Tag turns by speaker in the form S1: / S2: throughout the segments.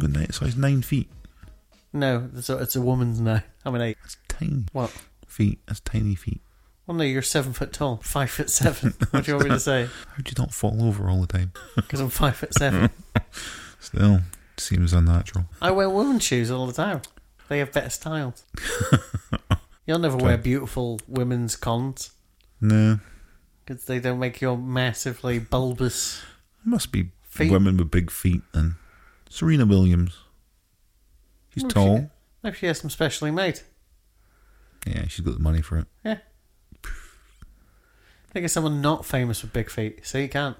S1: woman now. It's size nine feet.
S2: No, it's a, it's a woman's now. I mean, eight.
S1: That's tiny
S2: What?
S1: feet. That's tiny feet.
S2: Well, no, you're seven foot tall. Five foot seven. What do you want me to say?
S1: How do you not fall over all the time?
S2: Because I'm five foot seven.
S1: Still, seems unnatural.
S2: I wear women's shoes all the time. They have better styles. You'll never wear beautiful women's cons
S1: No,
S2: because they don't make your massively bulbous.
S1: There must be
S2: Feet.
S1: women with big feet then. Serena Williams. She's
S2: Well, she-
S1: tall.
S2: No, she has some specially made.
S1: Yeah, she's got the money for it.
S2: Yeah. Think of someone not famous with big feet, so you can't.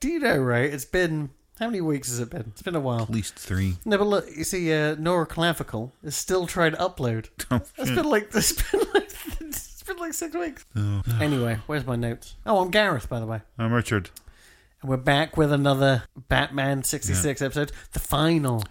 S2: Do you know, right? It's been. How many weeks has it been? It's been a while.
S1: At least three.
S2: No, but look, you see, uh, Nora Clavicle is still trying to upload. It's
S1: Hmm.
S2: been like it's been like it's been like six weeks.
S1: Oh.
S2: Anyway, where's my notes? Oh, I'm Gareth, by the way,
S1: I'm Richard.
S2: and we're back with another Batman '66 episode, the final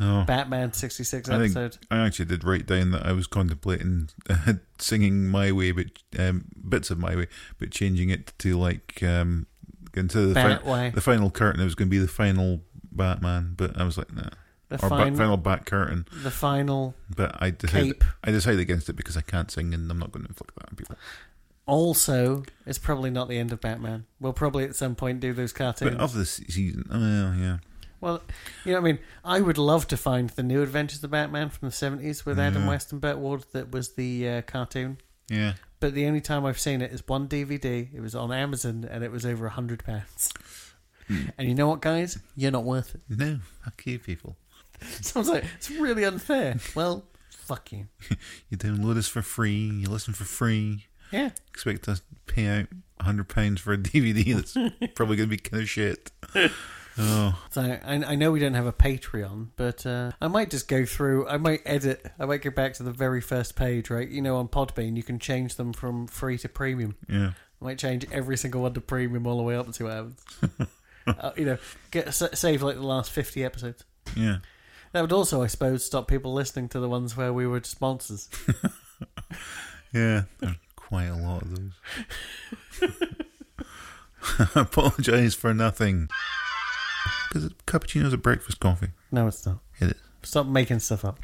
S1: Oh,
S2: Batman '66
S1: I think
S2: episode.
S1: I actually did write down that I was contemplating uh, singing my way, but um, bits of my way, but changing it to like um, into the,
S2: Bat
S1: fin-
S2: Way.
S1: the final curtain. It was going to be the final Batman, but I was like, nah.
S2: The
S1: or
S2: final,
S1: ba- final back curtain.
S2: the final,
S1: But I decided,
S2: Cape.
S1: I decided against it because I can't sing, and I'm not going to inflict that on people.
S2: also is probably not the end of Batman. We'll probably at some point do those cartoons.
S1: But of the se- season, oh yeah,
S2: Well, you know, what I mean, I would love to find the new Adventures of Batman from the '70s with Adam West and Burt Ward. That was the uh, cartoon.
S1: yeah.
S2: But the only time I've seen it is one DVD. It was on Amazon and it was over a hundred pounds. And you know what, guys? You're not worth it.
S1: No, fuck you, people.
S2: So I was like, it's really unfair. Well, fuck you.
S1: You download us for free. You listen for free.
S2: Yeah.
S1: Expect us to pay out hundred pounds for a DVD that's probably going to be kind of shit. Oh,
S2: So I, I know we don't have a Patreon, but uh, I might just go through. I might edit. I might go back to the very first page, right? You know, on Podbean, you can change them from free to premium.
S1: yeah.
S2: I might change every single one to premium all the way up and see what happens. uh, you know, get sa- save like the last fifty episodes.
S1: Yeah.
S2: That would also, I suppose, stop people listening to the ones where we were just monsters.
S1: Yeah. There are quite a lot of those. I apologise for nothing. Because cappuccino's a breakfast coffee.
S2: No, it's not.
S1: It is.
S2: Stop making stuff up.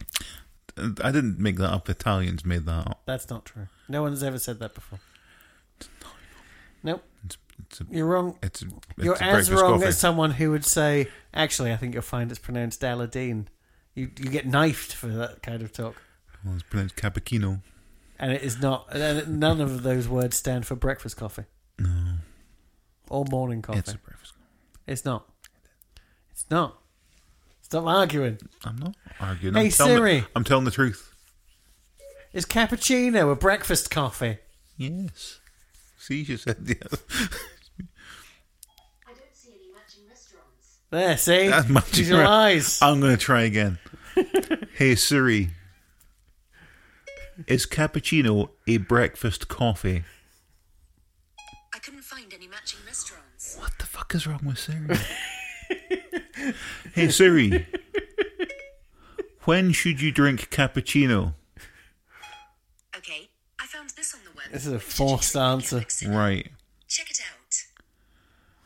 S1: And I didn't make that up. Italians made that up.
S2: That's not true. No one's ever said that before. Nope,
S1: It's, it's a,
S2: you're wrong.
S1: it's a, it's
S2: You're
S1: a
S2: as
S1: breakfast
S2: wrong
S1: coffee.
S2: as someone who would say, actually, I think you'll find it's pronounced Aladdin. You, you get knifed for that kind of talk.
S1: Well, it's pronounced cappuccino.
S2: And it is not, and it- none of those words stand for breakfast coffee
S1: No,
S2: or morning coffee.
S1: it's
S2: It's,
S1: a breakfast.
S2: not. It's not. Stop arguing.
S1: coffee. I'm not arguing.
S2: Hey,
S1: I'm telling
S2: Siri.
S1: The, I'm telling the truth.
S2: Is cappuccino a breakfast coffee?
S1: Yes. See, you said yes.
S3: I don't see any matching restaurants.
S2: There, see?
S1: That's much Um,
S2: Use your
S1: better.
S2: eyes.
S1: I'm going to try again. hey Siri, is cappuccino a breakfast coffee?
S3: I couldn't find any matching restaurants.
S1: What the fuck is wrong with Siri? hey Siri, when should you drink cappuccino?
S3: Okay, I found this on the web.
S2: This is a
S3: What did you
S2: forced
S3: drink,
S2: answer.
S3: Alexa?
S1: Right.
S3: Check it out.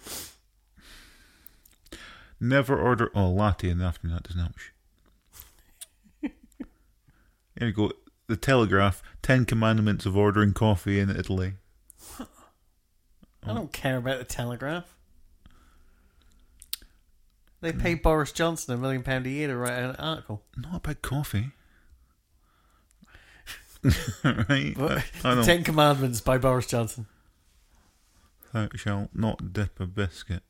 S1: Never order oh, a latte in the afternoon. That doesn't help. Shh. There you go. The Telegraph: Ten Commandments of ordering coffee in Italy.
S2: I don't care about the Telegraph. They pay Boris Johnson a million pound a year to write an article.
S1: Not about coffee, right?
S2: But
S1: I don't.
S2: Ten Commandments by Boris Johnson.
S1: Thou shalt not dip a biscuit.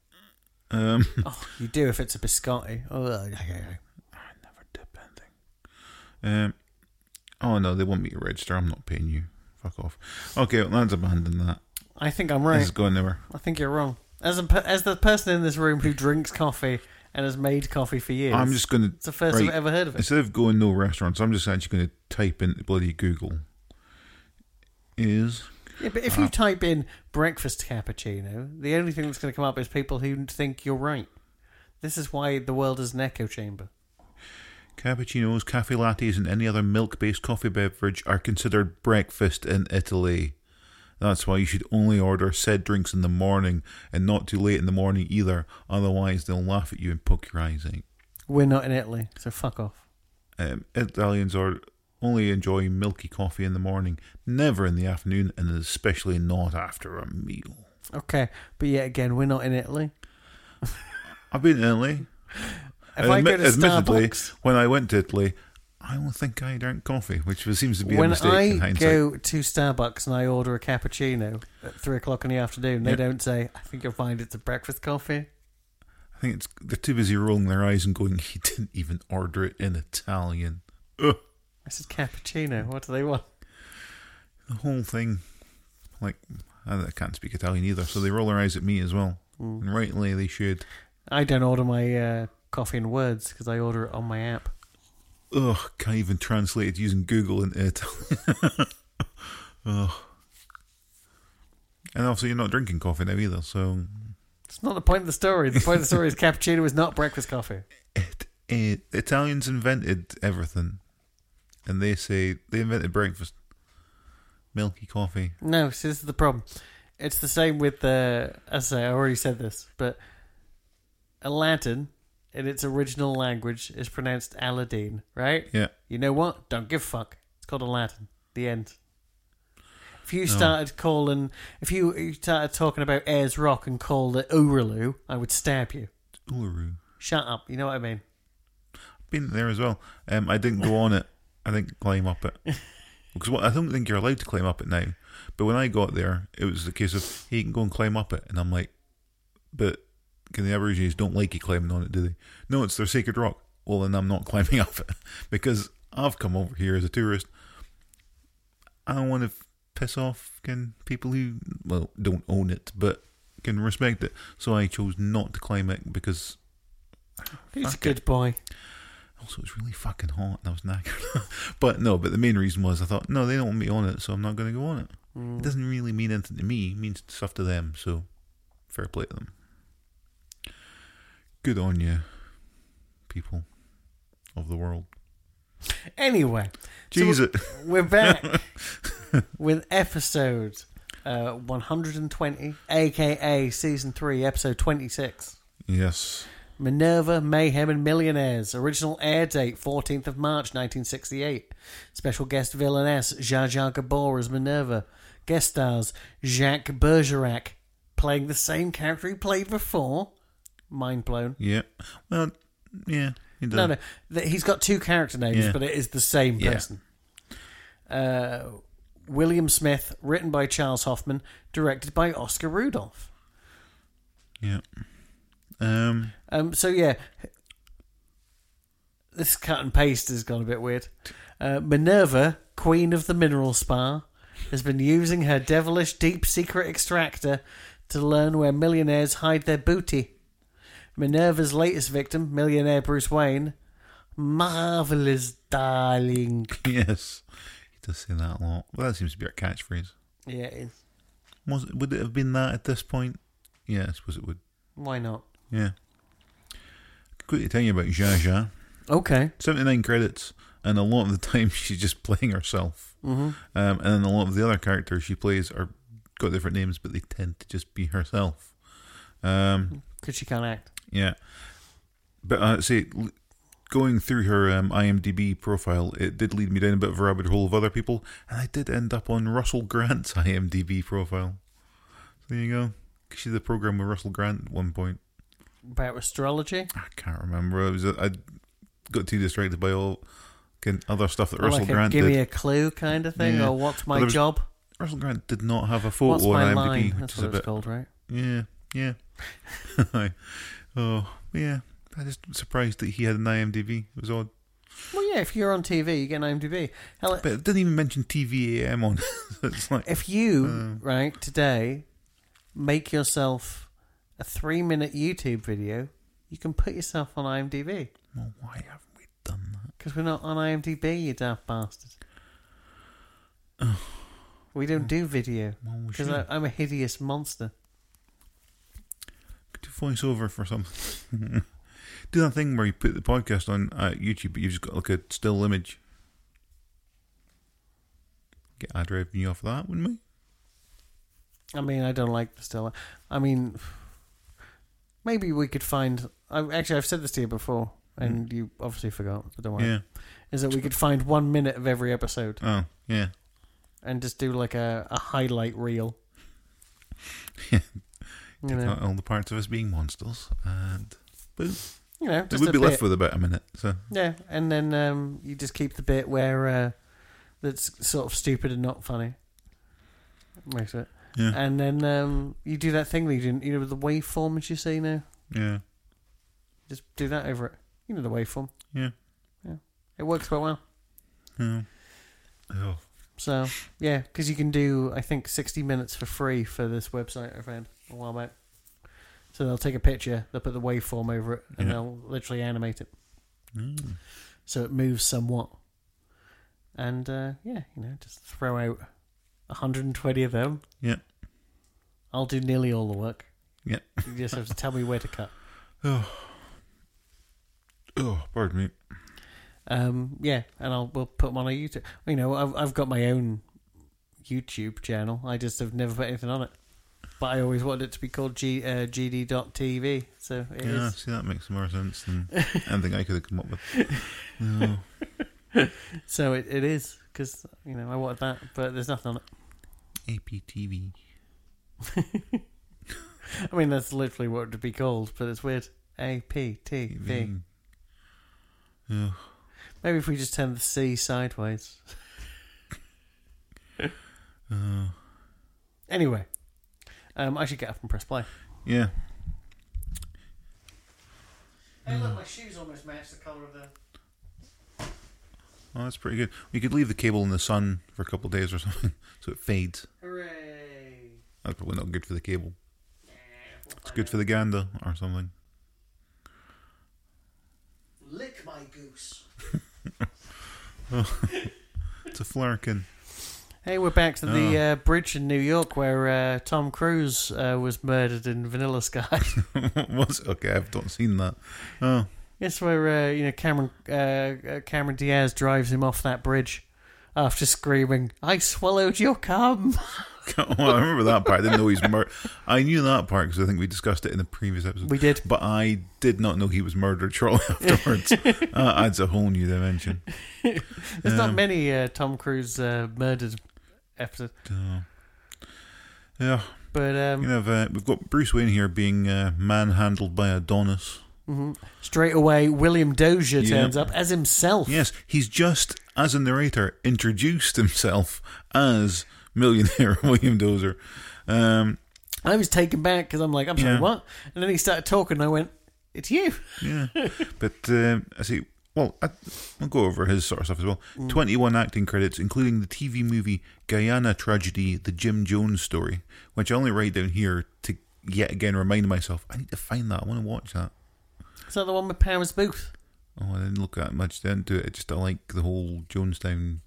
S1: Um,
S2: Oh, you do if it's a biscotti. Oh,
S1: I never dip anything. Um, oh no, they want me to register. I'm not paying you. Fuck off. Okay, well, let's abandon that.
S2: I think I'm
S1: This
S2: right.
S1: is going nowhere.
S2: I think you're wrong. As a, per- as the person in this room who drinks coffee and has made coffee for years,
S1: I'm just going to.
S2: It's the first I've ever heard of it.
S1: Instead of going no restaurants, I'm just actually going to type into bloody Google. Is
S2: Yeah, but if you type in breakfast cappuccino, the only thing that's going to come up is people who think you're right. This is why the world is an echo chamber.
S1: cappuccinos, cafe lattes, and any other milk-based coffee beverage are considered breakfast in Italy, That's why you should only order said drinks in the morning and not too late in the morning either. Otherwise, they'll laugh at you and poke your eyes out.
S2: We're not in Italy, so fuck off.
S1: Um, Italians are only enjoy milky coffee in the morning, never in the afternoon, and especially not after a meal.
S2: Okay, but yet again, we're not in Italy.
S1: I've been to Italy.
S2: If
S1: and
S2: I go
S1: admi-
S2: to
S1: admittedly,
S2: Starbucks,
S1: when I went to Italy, I don't think I drank coffee, which was- seems to be a
S2: when
S1: mistake in
S2: I
S1: hindsight.
S2: go to Starbucks and I order a cappuccino at three o'clock in the afternoon, they
S1: Yep.
S2: don't say, "I think you'll find it's a breakfast coffee."
S1: I think it's they're too busy rolling their eyes and going, "He didn't even order it in Italian." Ugh,
S2: I said cappuccino. What do they want?
S1: the whole thing, like I I can't speak Italian either, so they roll their eyes at me as well.
S2: Mm.
S1: And rightly, they should.
S2: I don't order my uh, coffee in words because I order it on my app.
S1: Ugh, can't even translate it using Google into Italian. Ugh. And also, you're not drinking coffee now either, so
S2: It's not the point of the story. The point of the story is cappuccino is not breakfast coffee.
S1: it, it Italians invented everything, and they say they invented breakfast, milky coffee.
S2: No, see, this is the problem. It's the same with the. As I say, I already said this, but Aladdin, in its original language, is pronounced Aladdin, right?
S1: Yeah,
S2: You know what? Don't give a fuck. It's called Aladdin. The end. If you started calling, if you you started talking about Ayers Rock and called it Ooraloo, I would stab you.
S1: Uluru.
S2: Shut up. You know what I mean?
S1: Been there as well. Um, I didn't go on it. I didn't climb up it because what, I don't think you're allowed to climb up it now. But when I got there, it was the case of hey, you can go and climb up it, and I'm like, but can the Aborigines don't like you climbing on it, do they? No, it's their sacred rock. Well, then I'm not climbing up it because I've come over here as a tourist. I don't want to piss off can people who well don't own it but can respect it. So I chose not to climb it because
S2: He's a good boy.
S1: also, it's really fucking hot, and I was knackered. but no, but the main reason was I thought, no, they don't want me on it, so I'm not going to go on it.
S2: Mm.
S1: It doesn't really mean anything to me; it means stuff to them. So, fair play to them. Good on you, people of the world.
S2: Anyway, so
S1: Jesus,
S2: we're back with episode uh, 120, aka season 3, episode 26.
S1: yes,
S2: Minerva, Mayhem, and Millionaires. Original air date 14th of March 1968. Special guest villainess Zsa Zsa Gabor as Minerva. Guest stars Jacques Bergerac, playing the same character he played before. Mind blown.
S1: yeah. Well, yeah, he does.
S2: No, no, th- he's got two character names,
S1: Yeah.
S2: but it is the same
S1: Yeah.
S2: person. Uh, William Smith, written by Charles Hoffman, directed by Oscar Rudolph.
S1: yeah. Um,
S2: Um, so yeah, this cut and paste has gone a bit weird. Uh, Minerva, queen of the mineral spa, has been using her devilish deep secret extractor to learn where millionaires hide their booty. Minerva's latest victim, millionaire Bruce Wayne, marvelous darling.
S1: yes, he does say that a lot. Well, that seems to be our catchphrase.
S2: Yeah, it-
S1: Was would it have been that at this point? Yeah, I suppose it would.
S2: why not?
S1: Yeah. Quickly tell you about Zsa Zsa.
S2: Okay.
S1: 79 credits, and a lot of the time she's just playing herself. Mm-hmm. Um, and then a lot of the other characters she plays are got different names, but they tend to just be herself. Um,
S2: Because she can't act.
S1: yeah. But uh, say, l- going through her um, IMDb profile, it did lead me down a bit of a rabbit hole of other people, and I did end up on Russell Grant's IMDb profile. So there you go. She did a program with Russell Grant at one point.
S2: About astrology?
S1: I can't remember. It was I got too distracted by all kin- other stuff that
S2: Or
S1: Russell
S2: like a
S1: Grant
S2: Oh, give
S1: did.
S2: me a clue kind of thing?
S1: Yeah.
S2: Or what's
S1: But
S2: my
S1: there was-
S2: job?
S1: Russell Grant did not have a
S2: What's
S1: photo
S2: my
S1: on IMDb,
S2: line?
S1: which
S2: That's
S1: is a
S2: what it's
S1: bit
S2: called, right?
S1: yeah, yeah. Aye. oh yeah, I just surprised that he had an IMDb. It was odd,
S2: Well, yeah, if you're on TV, you get an IMDb. Hell,
S1: but it didn't even mention TVAM on. it. So it's like
S2: if you,
S1: um,
S2: right, today make yourself a three minute YouTube video, you can put yourself on IMDb.
S1: well, why haven't we done that?
S2: Because we're not on IMDb, you daft bastard. we don't do video.
S1: Well, we
S2: Because
S1: should.
S2: I'm a hideous monster.
S1: Could you voice over for something? Do that thing where you put the podcast on uh, YouTube, but you've just got like a still image. Get ad revenue off that, wouldn't we?
S2: I mean, I don't like the Stella. I mean, maybe we could find. I, actually, I've said this to you before, and you obviously forgot, but don't worry.
S1: Hmm. Yeah.
S2: Is that we could find one minute of every episode
S1: Oh, yeah.
S2: and just do like a, a highlight reel.
S1: Yeah.
S2: You know,
S1: Not all the parts of us being monsters, and boom.
S2: you know,
S1: It
S2: just
S1: would
S2: a
S1: be
S2: bit.
S1: left with about a minute. So
S2: Yeah, and then um, you just keep the bit where uh, that's sort of stupid and not funny. Makes it.
S1: yeah,
S2: And then um, you do that thing that you didn't, you know, with the waveforms you see now.
S1: yeah,
S2: Just do that over it. You know the waveform.
S1: yeah,
S2: It works quite well.
S1: yeah. Oh,
S2: So yeah, because you can do I think sixty minutes for free for this website I found a while back. So they'll take a picture, they'll put the waveform over it, and
S1: Yeah.
S2: they'll literally animate it
S1: mm.
S2: so it moves somewhat. And uh, yeah, you know, just throw out hundred and twenty of them.
S1: yeah,
S2: I'll do nearly all the work.
S1: yeah.
S2: You just have to tell me where to cut.
S1: Oh, pardon me.
S2: Um, yeah, and I'll we'll put them on a YouTube. You know, I've I've got my own YouTube channel. I just have never put anything on it, but I always wanted it to be called G, uh, GD.TV. So it is.
S1: yeah, see, that makes more sense than anything I could have come up with. No.
S2: So it, it is because you know I wanted that, but there's nothing on it.
S1: APTV.
S2: I mean, that's literally what it would be called, but it's weird. A P T V.
S1: Mm. Oh,
S2: Maybe if we just turn the C sideways.
S1: oh.
S2: Anyway, um, I should get up and press play.
S1: Yeah,
S2: Hey, look, my shoes almost match the color of the.
S1: oh, that's pretty good. We could leave the cable in the sun for a couple of days or something, so it fades.
S2: Hooray!
S1: That's probably not good for the cable. It's good for the gander or something.
S2: Lick my goose.
S1: It's a flurkin.
S2: Hey, we're back to the
S1: Oh.
S2: uh, bridge in New York where uh, Tom Cruise uh, was murdered in Vanilla Sky.
S1: What's okay? I've not seen that. Oh,
S2: it's where uh, you know Cameron uh, uh, Cameron Diaz drives him off that bridge after screaming, "I swallowed your cum."
S1: well, I remember that part. I didn't know he's murdered. I knew that part because I think we discussed it in the previous episode.
S2: We did.
S1: but I did not know he was murdered shortly afterwards. uh, adds a whole new dimension.
S2: There's not many uh, Tom Cruise uh, murdered episodes,
S1: Uh, yeah,
S2: but um,
S1: you know, uh, we've got Bruce Wayne here being uh, manhandled by Adonis.
S2: straight away William Dozier
S1: Yeah.
S2: turns up as himself.
S1: Yes, he's just, as a narrator, introduced himself as millionaire William Dozer. Um,
S2: I was taken back because I'm like, "I'm sorry,
S1: Yeah.
S2: what?" And then he started talking, and I went, "It's you."
S1: Yeah, but um, I see. Well, I, I'll go over his sort of stuff as well. Twenty-one acting credits, including the TV movie Guyana Tragedy: The Jim Jones Story, which I only write down here to yet again remind myself I need to find that. I want to watch that.
S2: Is that the one with Powers Booth?
S1: Oh, I didn't look at it much into it. Just I like the whole Jonestown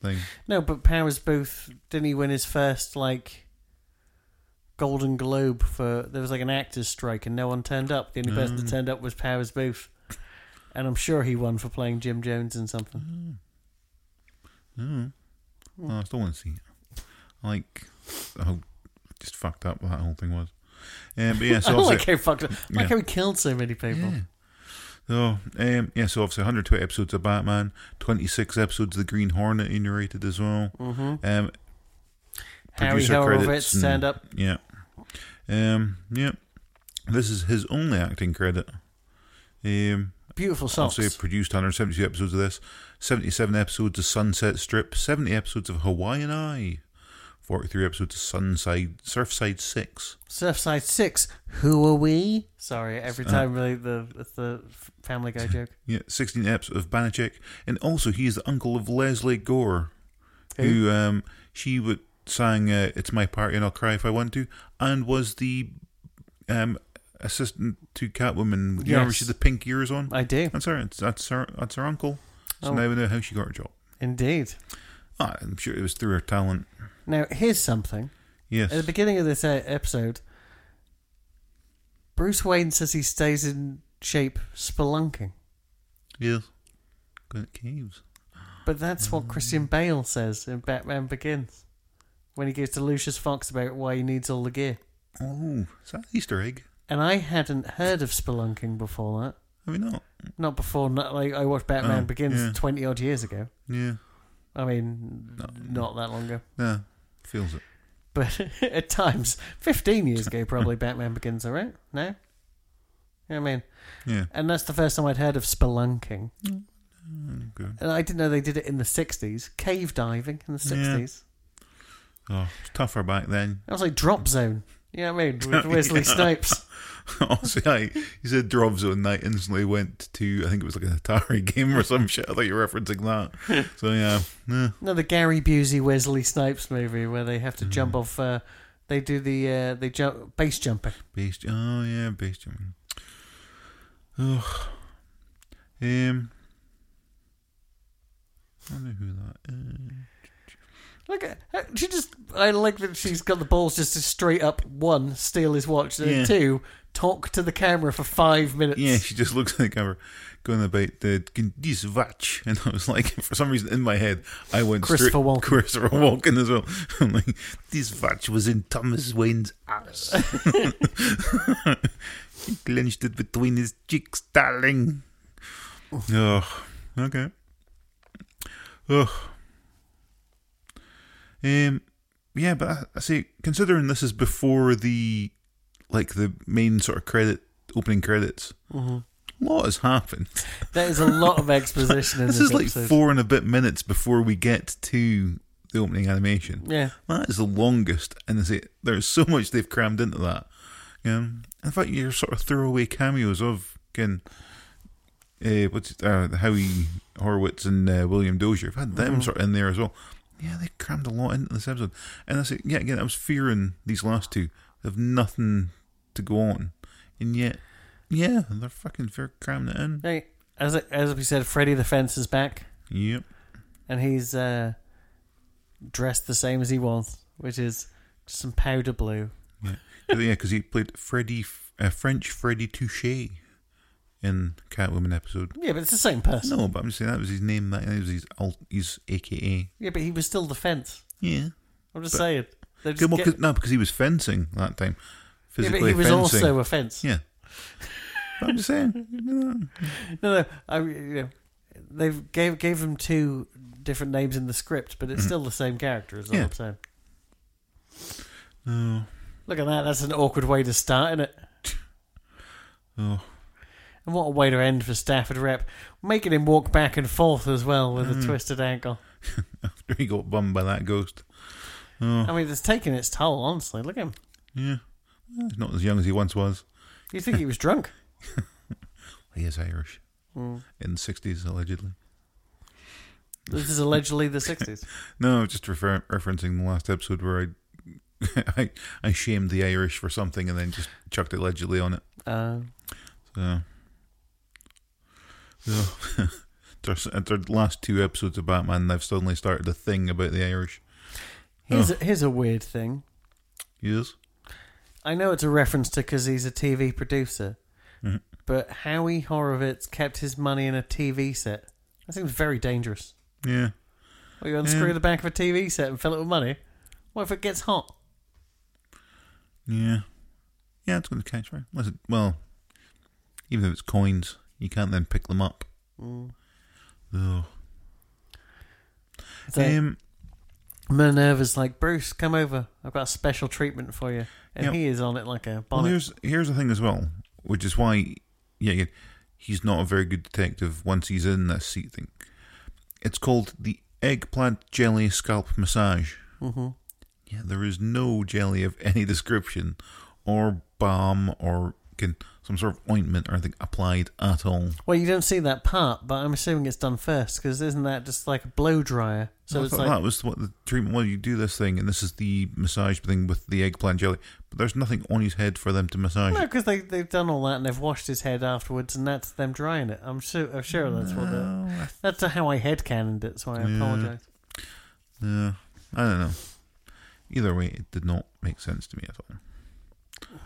S1: thing.
S2: No, but Powers Booth didn't he win his first like Golden Globe for there was like an actors strike and no one turned up. The only person
S1: Mm.
S2: that turned up was Powers Booth, and I'm sure he won for playing Jim Jones in
S1: Mm.
S2: something.
S1: Oh, I still want to see it. I like how just fucked up that whole thing was. Um, but yeah, so
S2: I
S1: obviously-
S2: like how fucked up. I like
S1: Yeah.
S2: how he killed so many people.
S1: So, um, yeah, so obviously 120 episodes of Batman, 26 episodes of The Green Hornet he narrated as well. Mm-hmm. Um,
S2: Harry
S1: producer
S2: Horowitz
S1: credits and-
S2: stand up.
S1: Yeah. Um, yeah. This is his only acting credit. Um,
S2: Beautiful socks.
S1: obviously produced 172 episodes of this, 77 episodes of Sunset Strip, 70 episodes of Hawaiian Eye, 43 episodes of Sunside, Surfside 6.
S2: Surfside Six. Who are we? Sorry, every
S1: Uh-huh.
S2: time really the it's the Family Guy joke.
S1: Yeah, 16 eps of Banachek, and also he is the uncle of Leslie Gore, who, um, she would sang uh, "It's My Party and I'll Cry If I Want to," and was the um assistant to Catwoman. You remember
S2: Yes.
S1: she had the pink ears on.
S2: I do
S1: That's her. It's, that's her. That's her uncle. So
S2: Oh.
S1: now we know how she got her job.
S2: indeed.
S1: Ah, I'm sure it was through her talent.
S2: Now here's something.
S1: Yes.
S2: At the beginning of this uh, episode, Bruce Wayne says he stays in shape spelunking,
S1: yes. Got caves. Mm.
S2: but that's what Christian Bale says in Batman Begins, when he gives to Lucius Fox about why he needs all the gear.
S1: Oh, is that an Easter egg?
S2: And I hadn't heard of spelunking before that.
S1: Have we not?
S2: Not before, not, like I watched Batman
S1: Oh, yeah.
S2: Begins twenty odd years ago.
S1: Yeah.
S2: I mean, not that long ago,
S1: Nah. Feels it.
S2: but at times, fifteen years ago, probably Batman Begins. All right, no, you know what I mean,
S1: Yeah.
S2: and that's the first time I'd heard of spelunking.
S1: Okay.
S2: And I didn't know they did it in the sixties, cave diving in the
S1: Yeah.
S2: sixties.
S1: Oh, it's tougher back then.
S2: That was like Drop Zone. You know what I mean? With Wesley Snipes.
S1: Honestly, I, you said Drop Zone night instantly went to, I think it was like an Atari game or some shit. I thought you were referencing that. So, yeah. yeah.
S2: No, the Gary Busey Wesley Snipes movie where they have to
S1: Hmm.
S2: jump off. Uh, they do the uh, they jump base jumping.
S1: Base, oh yeah, base jumping. Ugh. Um. I don't know who that is.
S2: Look at uh, she just. I like that she's got the balls just to straight up one steal his watch and
S1: Yeah.
S2: two talk to the camera for five minutes.
S1: Yeah, she just looks at the camera, going about the "Can this watch, and I was like, for some reason in my head, I went
S2: Christopher
S1: straight
S2: Walken.
S1: Christopher Walken as well. I'm like, this watch was in Thomas Wayne's ass. he clenched it between his cheeks, darling. Ugh. Okay. Ugh. Um. Yeah, but I, I say considering this is before the like the main sort of credit opening credits, a lot has happened.
S2: There is a lot of exposition in this,
S1: This is like
S2: episode.
S1: four and a bit minutes before we get to the opening animation.
S2: Yeah,
S1: That is the longest, and I say there's so much they've crammed into that. Um, in fact, your sort of throwaway cameos of can, uh, what's it, uh, Howie Horowitz and uh, William Dozier. I've had
S2: Mm-hmm.
S1: them sort of in there as well. Yeah, they crammed a lot into this episode, and I say, yeah, again, I was fearing these last two have nothing to go on, and yet, yeah, they're fucking fair cramming it in.
S2: Hey, as as we said, Freddy the Fence is back,
S1: Yep.
S2: and he's uh, dressed the same as he was, which is some powder blue.
S1: Yeah, yeah, because he played Freddy, uh, French Freddy Touche in Catwoman episode.
S2: Yeah, but it's the same person.
S1: No, but I'm just saying that was his name. That was his alt, his AKA.
S2: Yeah, but he was still the fence.
S1: Yeah.
S2: I'm just saying. They're just
S1: Good, well,
S2: get-
S1: 'cause- no, because he was fencing that time.
S2: yeah, but
S1: Physically
S2: he was
S1: fencing.
S2: also a fence.
S1: yeah. But I'm just saying. you know,
S2: No, no. I, you know, they gave gave him two different names in the script, but it's still the same character. Is all
S1: Mm-hmm. Yeah.
S2: I'm saying.
S1: Oh,
S2: Look at that. That's an awkward way to start, isn't it?
S1: oh,
S2: And what a way to end for Stafford Rep, making him walk back and forth as well with
S1: Mm.
S2: a twisted ankle.
S1: after he got bummed by that ghost. Oh,
S2: I mean, it's taking its toll. Honestly, look at him.
S1: yeah. Well, He's not as young as he once was.
S2: You think he was drunk?
S1: He is Irish.
S2: Hmm.
S1: In the 60s, allegedly.
S2: This is allegedly the '60s.
S1: No, just refer- referencing the last episode where I, I I shamed the Irish for something and then just chucked allegedly on it.
S2: Uh,
S1: So, so there's, at the last two episodes of Batman, they've suddenly started a thing about the Irish.
S2: here's a, here's a weird thing.
S1: Yes,
S2: I know it's a reference to because he's a TV producer,
S1: Mm-hmm.
S2: but Howie Horowitz kept his money in a TV set. That seems very dangerous.
S1: yeah,
S2: Well, you unscrew the back of a TV set and fill it with money. What if it gets hot?
S1: yeah, yeah. It's going to catch fire. Unless it, well, even if it's coins, you can't then pick them up. Ugh.
S2: So
S1: um,
S2: Minerva's like, Bruce, come over. I've got a special treatment for you. And
S1: Yeah.
S2: he is on it like a
S1: Well,
S2: bonnet.
S1: here's here's the thing as well, which is why, yeah, again, he's not a very good detective once he's in this seat thing. It's called the eggplant jelly scalp massage.
S2: hmm
S1: Yeah, there is no jelly of any description, or balm, or can, some sort of ointment or anything applied at all.
S2: Well, you don't see that part, but I'm assuming it's done first because isn't that just like a blow dryer? So
S1: I
S2: it's
S1: thought
S2: like,
S1: that was what the treatment was. You do this thing, and this is the massage thing with the eggplant jelly. But there's nothing on his head for them to massage.
S2: no, because they, they've done all that and they've washed his head afterwards and that's them drying it. I'm sure, I'm sure that's what they're.
S1: Oh, I
S2: That's how I headcanoned it, so I
S1: Yeah.
S2: apologise.
S1: Yeah, I don't know. Either way, it did not make sense to me at all.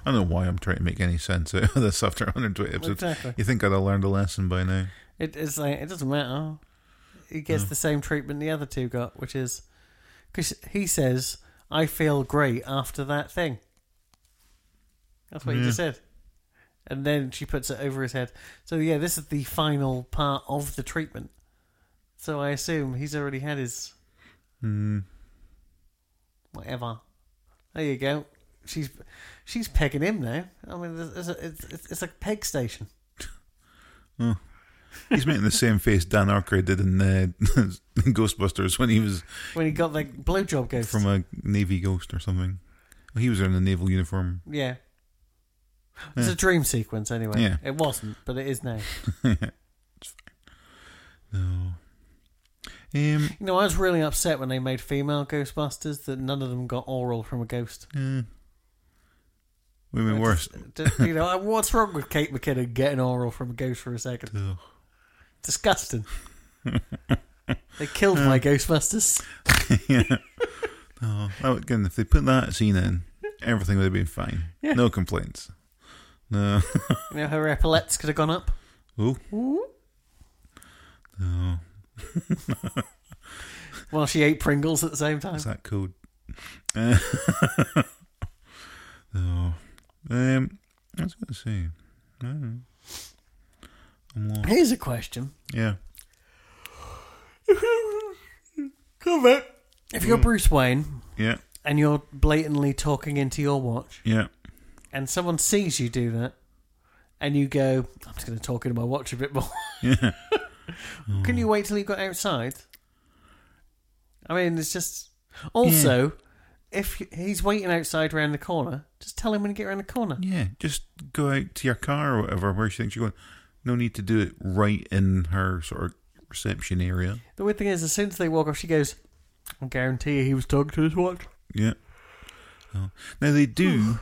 S1: I don't know why I'm trying to make any sense out of this after 120 episodes.
S2: Exactly.
S1: You think I'd have learned a lesson by now?
S2: It, it's like, it doesn't matter. He gets the same treatment the other two got, which is because he says, I feel great after that thing. That's what you just said. And then she puts it over his head. So yeah, this is the final part of the treatment. So I assume he's already had his whatever. There you go. She's she's pegging him now. I mean, it's a, it's, it's- it's a peg station.
S1: He's making the same face Dan Aykroyd did in, uh, in Ghostbusters when he was
S2: When he got the blowjob ghost.
S1: from a Navy ghost or something. He was in a naval uniform.
S2: yeah. It's a dream sequence anyway.
S1: Yeah.
S2: It wasn't, but it is now.
S1: No. Um,
S2: You know, I was really upset when they made female Ghostbusters that none of them got oral from a ghost.
S1: yeah. Women
S2: I
S1: worse.
S2: just- just- you know, what's wrong with Kate McKinnon getting oral from a ghost for a second?
S1: Ugh.
S2: Disgusting. they killed my Ghostbusters.
S1: Oh, that would- again, if they put that scene in, everything would have been fine.
S2: Yeah.
S1: No complaints. No.
S2: You know, her epaulettes could have gone up.
S1: oh. No.
S2: While she ate Pringles at the same time.
S1: Is that code? Uh, no. Um, I was going to say. I don't know. I'm lost.
S2: Here's a question.
S1: Yeah.
S2: Come on. If
S1: Mm.
S2: you're Bruce Wayne
S1: Yeah.
S2: and you're blatantly talking into your watch
S1: Yeah.
S2: and someone sees you do that and you go, I'm just going to talk into my watch a bit more.
S1: Yeah.
S2: Can you wait till you got outside? I mean, it's just. Also, if he's waiting outside round the corner, just tell him when you get round the corner.
S1: Yeah. Just go out to your car or whatever, where she thinks you're going. No need to do it right in her sort of reception area.
S2: The weird thing is, as soon as they walk off, she goes, I guarantee you he was talking to his watch.
S1: Yeah. Oh. Now they do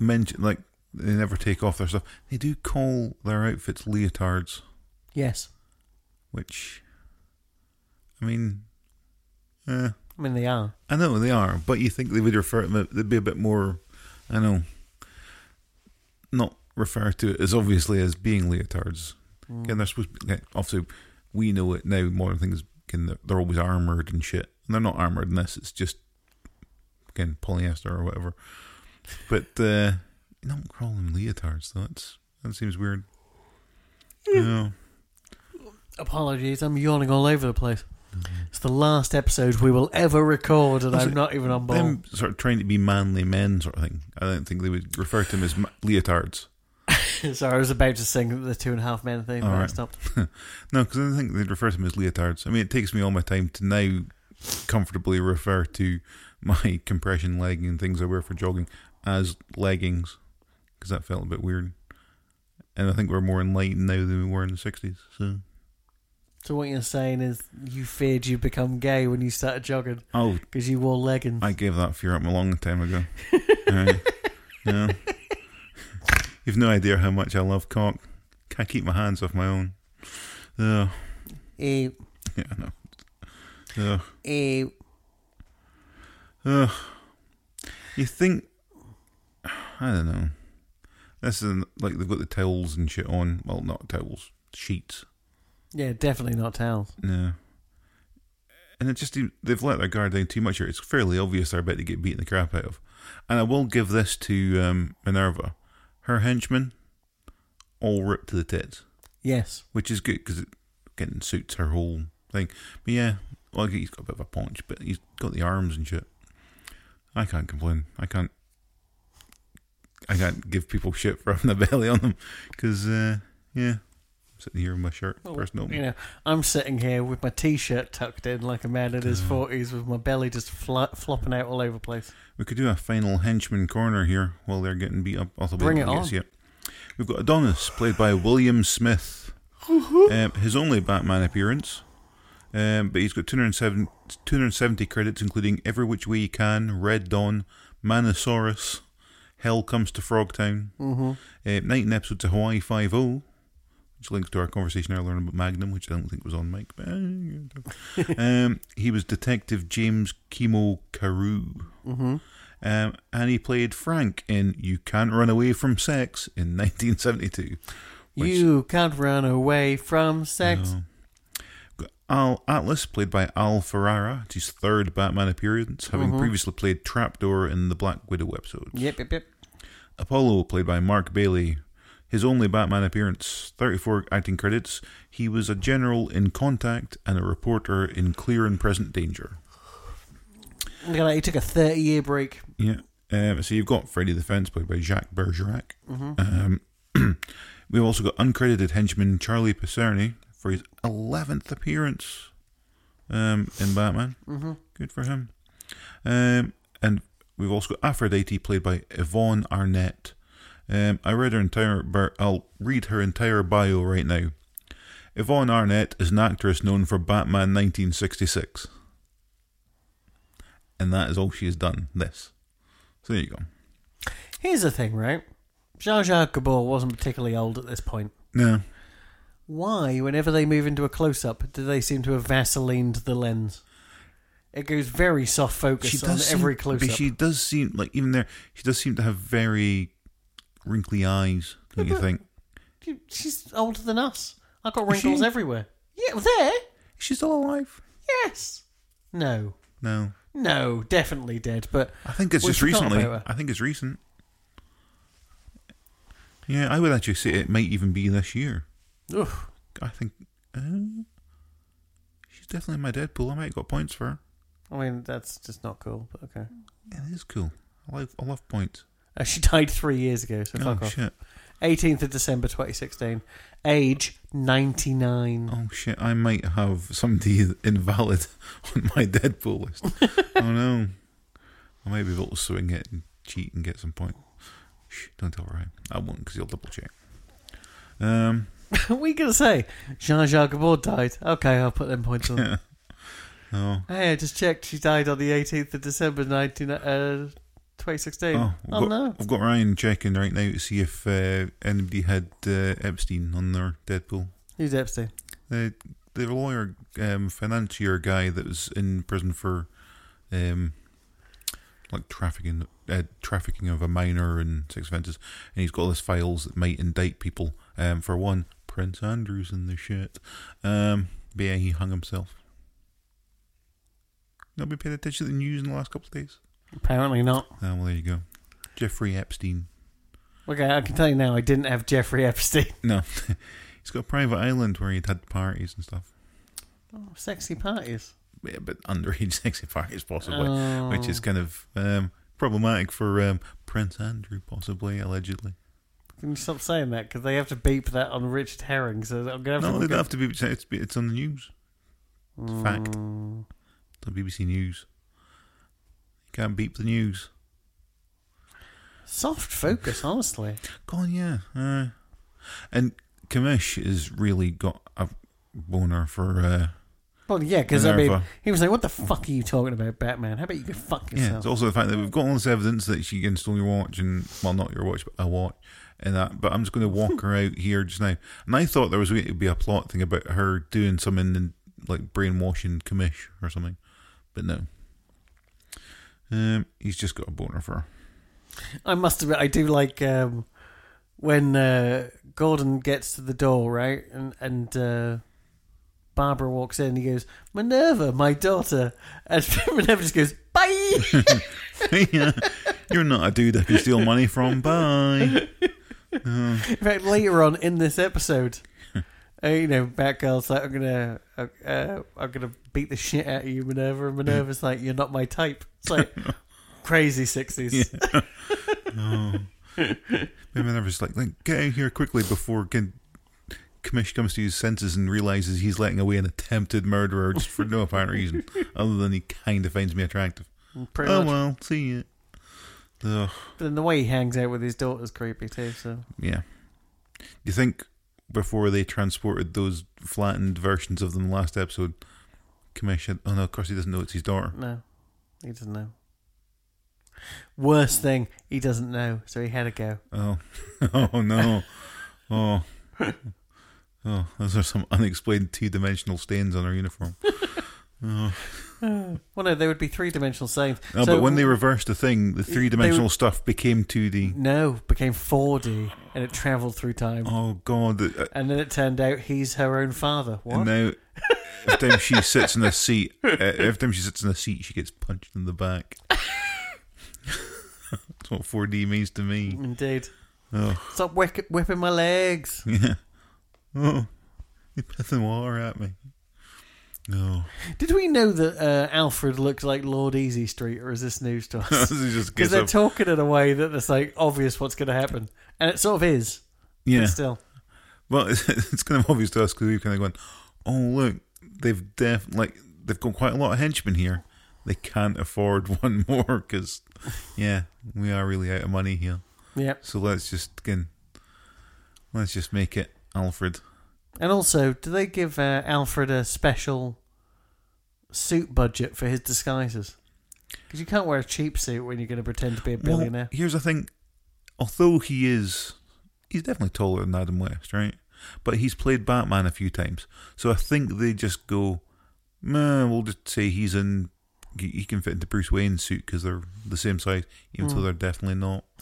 S1: mention like they never take off their stuff. They do call their outfits leotards,
S2: Yes.
S1: which I mean, eh,
S2: I mean, they are.
S1: I know they are, but you think they would refer to them? They'd be a bit more, I know, not refer to it as obviously as being leotards. Again, they're supposed to be, like, obviously, we know it now, modern things, again, they're, they're always armoured and shit. And they're not armoured in this, it's just, again, polyester or whatever. But, uh, you don't call them leotards, though. That's, that seems weird. Yeah.
S2: Apologies, I'm yawning all over the place. It's the last episode we will ever record, and
S1: Also,
S2: I'm not even on board.
S1: Them sort of trying to be manly men, sort of thing. I don't think they would refer to them as ma- leotards.
S2: Sorry, I was about to sing the two and a half men thing, but I
S1: Alright.
S2: stopped.
S1: No, because I don't think they'd refer to them as leotards. I mean, it takes me all my time to now comfortably refer to my compression legging and things I wear for jogging as leggings, because that felt a bit weird. And I think we're more enlightened now than we were in the 60s. So,
S2: So, what you're saying is you feared you'd become gay when you started jogging
S1: oh,
S2: because you wore leggings.
S1: I gave that fear up a long time ago. Alright. Yeah. You've no idea how much I love cock. Can't keep my hands off my own. Ugh.
S2: Ew,
S1: Yeah, I know. Uh, Ugh.
S2: ew.
S1: Ugh. You think? I don't know. This is like they've got the towels and shit on. Well, not towels, sheets.
S2: Yeah, definitely not towels.
S1: No. And it just they've let their guard down too much here. It's fairly obvious they're about to get beaten the crap out of. And I will give this to um, Minerva. Her henchmen all ripped to the tits,
S2: Yes.
S1: which is good because it getting suits her whole thing. But yeah, well, he's got a bit of a paunch, but he's got the arms and shit. I can't complain. I can't. I can't give people shit for having a belly on them because uh, yeah, I'm sitting here in my shirt, first no.
S2: You know, I'm sitting here with my t-shirt tucked in like a man in his
S1: Mm.
S2: 40s with my belly just fl- flopping out all over the place.
S1: We could do a final henchman corner here while they're getting beat up. Although we
S2: Bring
S1: haven't
S2: it
S1: yet
S2: on.
S1: seen We've got Adonis, played by William Smith. um, his only Batman appearance. Um, but he's got 207 270 credits, including Every Which Way You Can, Red Dawn, Manosaurus, Hell Comes to Frogtown, mm-hmm. uh, 19 episodes of Hawaii 5 0, oh, which links to our conversation earlier about Magnum, which I don't think was on mic. But eh, um, he was Detective James Kimo Carew. Mm-hmm. Um, and he played Frank in You Can't Run Away from Sex in 1972. which-
S2: You can't run away from sex.
S1: No. Al Atlas, played by Al Ferrara, it's his third Batman appearance, having previously played Trapdoor in the Black Widow episode.
S2: Yep, yep, yep.
S1: Apollo, played by Mark Bailey, his only Batman appearance, 34 acting credits. He was a general in Contact and a reporter in Clear and Present Danger.
S2: Look at that. He took a 30 year break.
S1: Yeah. Um, so you've got Freddy the Fence, played by Jacques Bergerac. Um, we've also got uncredited henchman Charlie Pisserni for his 11th appearance um, in Batman. Mm-hmm. Good for him. Um, and we've also got Aphrodite, played by Yvonne Arnett. Um, I read her entire. bir- I'll read her entire bio right now. Yvonne Arnett is an actress known for Batman 1966, and that is all she has done. This. So there you go.
S2: Here's the thing, right? Jar Jar Gabor wasn't particularly old at this point.
S1: No,
S2: Why, whenever they move into a close up, do they seem to have vaselined the lens? It goes very soft focus
S1: she
S2: on
S1: does
S2: every
S1: seem,
S2: close
S1: but
S2: up.
S1: she does seem like even there. She does seem to have very wrinkly eyes. Don't you think?
S2: She's older than us. I've got wrinkles
S1: she?
S2: everywhere. Yeah, there?
S1: Is she still alive?
S2: Yes. No.
S1: No,
S2: No, definitely dead, but
S1: I think it's
S2: We
S1: just
S2: forgot
S1: recently.
S2: about her.
S1: I think it's recent. Yeah, I would actually say it might even be this year.
S2: oof,
S1: I think uh, she's definitely in my Deadpool. I might have got points for her.
S2: I mean, that's just not cool, but okay.
S1: It is cool. I love, I love points.
S2: Uh, she died three years ago, so fuck
S1: oh
S2: off.
S1: shit!
S2: 18th of December 2016. Age 99.
S1: Oh shit! I might have somebody invalid on my Deadpool list. oh no! I might be able to swing it and cheat and get some points. Shh, don't tell Ryan. I won't because he'll double check. Um.
S2: What are you going to say? Jean Jacques Gabor died. Okay, I'll put them points on.
S1: Oh.
S2: Hey, I just checked. She died on the 18th of December 19, uh, 2016.
S1: Oh,
S2: Oh,
S1: I've got,
S2: no.
S1: I've got Ryan checking right now to see if uh, anybody had uh, Epstein on their Deadpool.
S2: Who's Epstein?
S1: The the lawyer, um, financier guy that was in prison for, um, like trafficking, uh, trafficking of a minor and sex offences, and he's got all these files that might indict people. Um, for one, Prince Andrew's in the shit. Um, but yeah, he hung himself. Not been paying attention to the news in the last couple of days.
S2: Apparently not.
S1: Ah, well, there you go. Jeffrey Epstein.
S2: Okay, I can tell you now, I didn't have Jeffrey Epstein.
S1: No. He's got a private island where he'd had parties and stuff.
S2: Oh, sexy parties. Oh,
S1: Yeah, but underage sexy parties, possibly. Which is kind of um, problematic for um, Prince Andrew, possibly, allegedly.
S2: Can you stop saying that? Because they have to beep that on Richard Herring, so I'm going to
S1: No,
S2: have
S1: they
S2: to...
S1: don't have to be. It's, it's on the news. It's a fact. It's on BBC News. You can't beep the news.
S2: Soft focus, honestly.
S1: God, yeah. Uh, and Kamish has really got a boner for. Uh,
S2: Well, yeah, because, I mean,
S1: Minerva.
S2: he was like, what the fuck are you talking about, Batman? How about you go fuck
S1: Yeah,
S2: yourself?
S1: it's also the fact that we've got all this evidence that she can steal your watch and well, not your watch, but a watch and that. But I'm just going to walk her out here just now. And I thought there was going to be a plot thing about her doing something in, like brainwashing commish or something, but no. Um, he's just got a boner for her.
S2: I must admit, I do like um, when uh, Gordon gets to the door, right, and and uh, Barbara walks in. and He goes, "Minerva, my daughter," and Minerva just goes, "Bye."
S1: yeah, you're not a dude I can steal money from. Bye.
S2: in fact, later on in this episode, uh, you know, Batgirl's like, "I'm gonna, uh, uh, I'm gonna beat the shit out of you, Minerva," and Minerva's like, "You're not my type." It's like crazy sixties.
S1: Maybe they're just like, like, get out here quickly before can. Commish comes to his senses and realizes he's letting away an attempted murderer just for no apparent reason, other than he kind of finds me attractive.
S2: Pretty
S1: oh
S2: much.
S1: well, see you. Ugh,
S2: But then the way he hangs out with his daughter's creepy too. So
S1: yeah. Do you think before they transported those flattened versions of them last episode, Commish? Had, oh no, of course he doesn't know it's his daughter.
S2: No, he doesn't know. Worst thing, he doesn't know, so he had a go.
S1: Oh, oh no, oh, oh, those are some unexplained two-dimensional stains on her uniform.
S2: Well, no, there would be three dimensional stains.
S1: No,
S2: So-
S1: but when they reversed the thing, the three-dimensional
S2: were-
S1: stuff became 2D.
S2: no became 4D and it travelled through time,
S1: Oh god, uh,
S2: and then it turned out he's her own father. What?
S1: and now Every time she sits in a seat, uh, every time she sits in a seat, she gets punched in the back. That's what 4D means to me.
S2: Indeed.
S1: Oh,
S2: Stop whip- whipping my legs.
S1: yeah. Oh, you're pissing water at me. Oh, No.
S2: Did we know that uh, Alfred looked like Lord Easy Street, or is this news to
S1: this
S2: us?
S1: is just
S2: Because
S1: gets
S2: they're
S1: up.
S2: talking in a way that it's like obvious what's going to happen, and it sort of is.
S1: yeah.
S2: But still,
S1: Well, it's, it's kind of obvious to us because we've kind of gone, oh look, they've def like they've got quite a lot of henchmen here. They can't afford one more because, yeah, we are really out of money here.
S2: yeah.
S1: So let's just again, let's just make it Alfred.
S2: And also, do they give uh, Alfred a special suit budget for his disguises? Because you can't wear a cheap suit when you're going to pretend to be a
S1: Well,
S2: billionaire.
S1: here's the thing: although he is, he's definitely taller than Adam West, right? But he's played Batman a few times, so I think they just go, "Nah, we'll just say he's in. He he can fit into Bruce Wayne's suit because they're the same size, even though they're definitely not."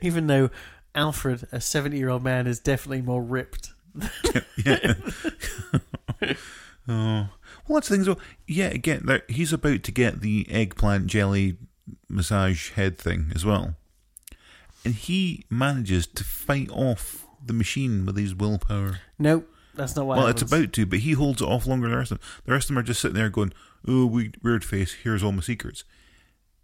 S2: Even though Alfred, a 70 year old man, is definitely more ripped.
S1: Yeah. oh, well, that's the thing. So, yeah, again, there- he's about to get the eggplant jelly massage head thing as well, and he manages to fight off the machine with his willpower.
S2: Nope, that's not what
S1: Well,
S2: happens.
S1: it's about to, but he holds it off longer than the rest of them. The rest of them are just sitting there going, "Oh, we, weird face. Here's all my secrets."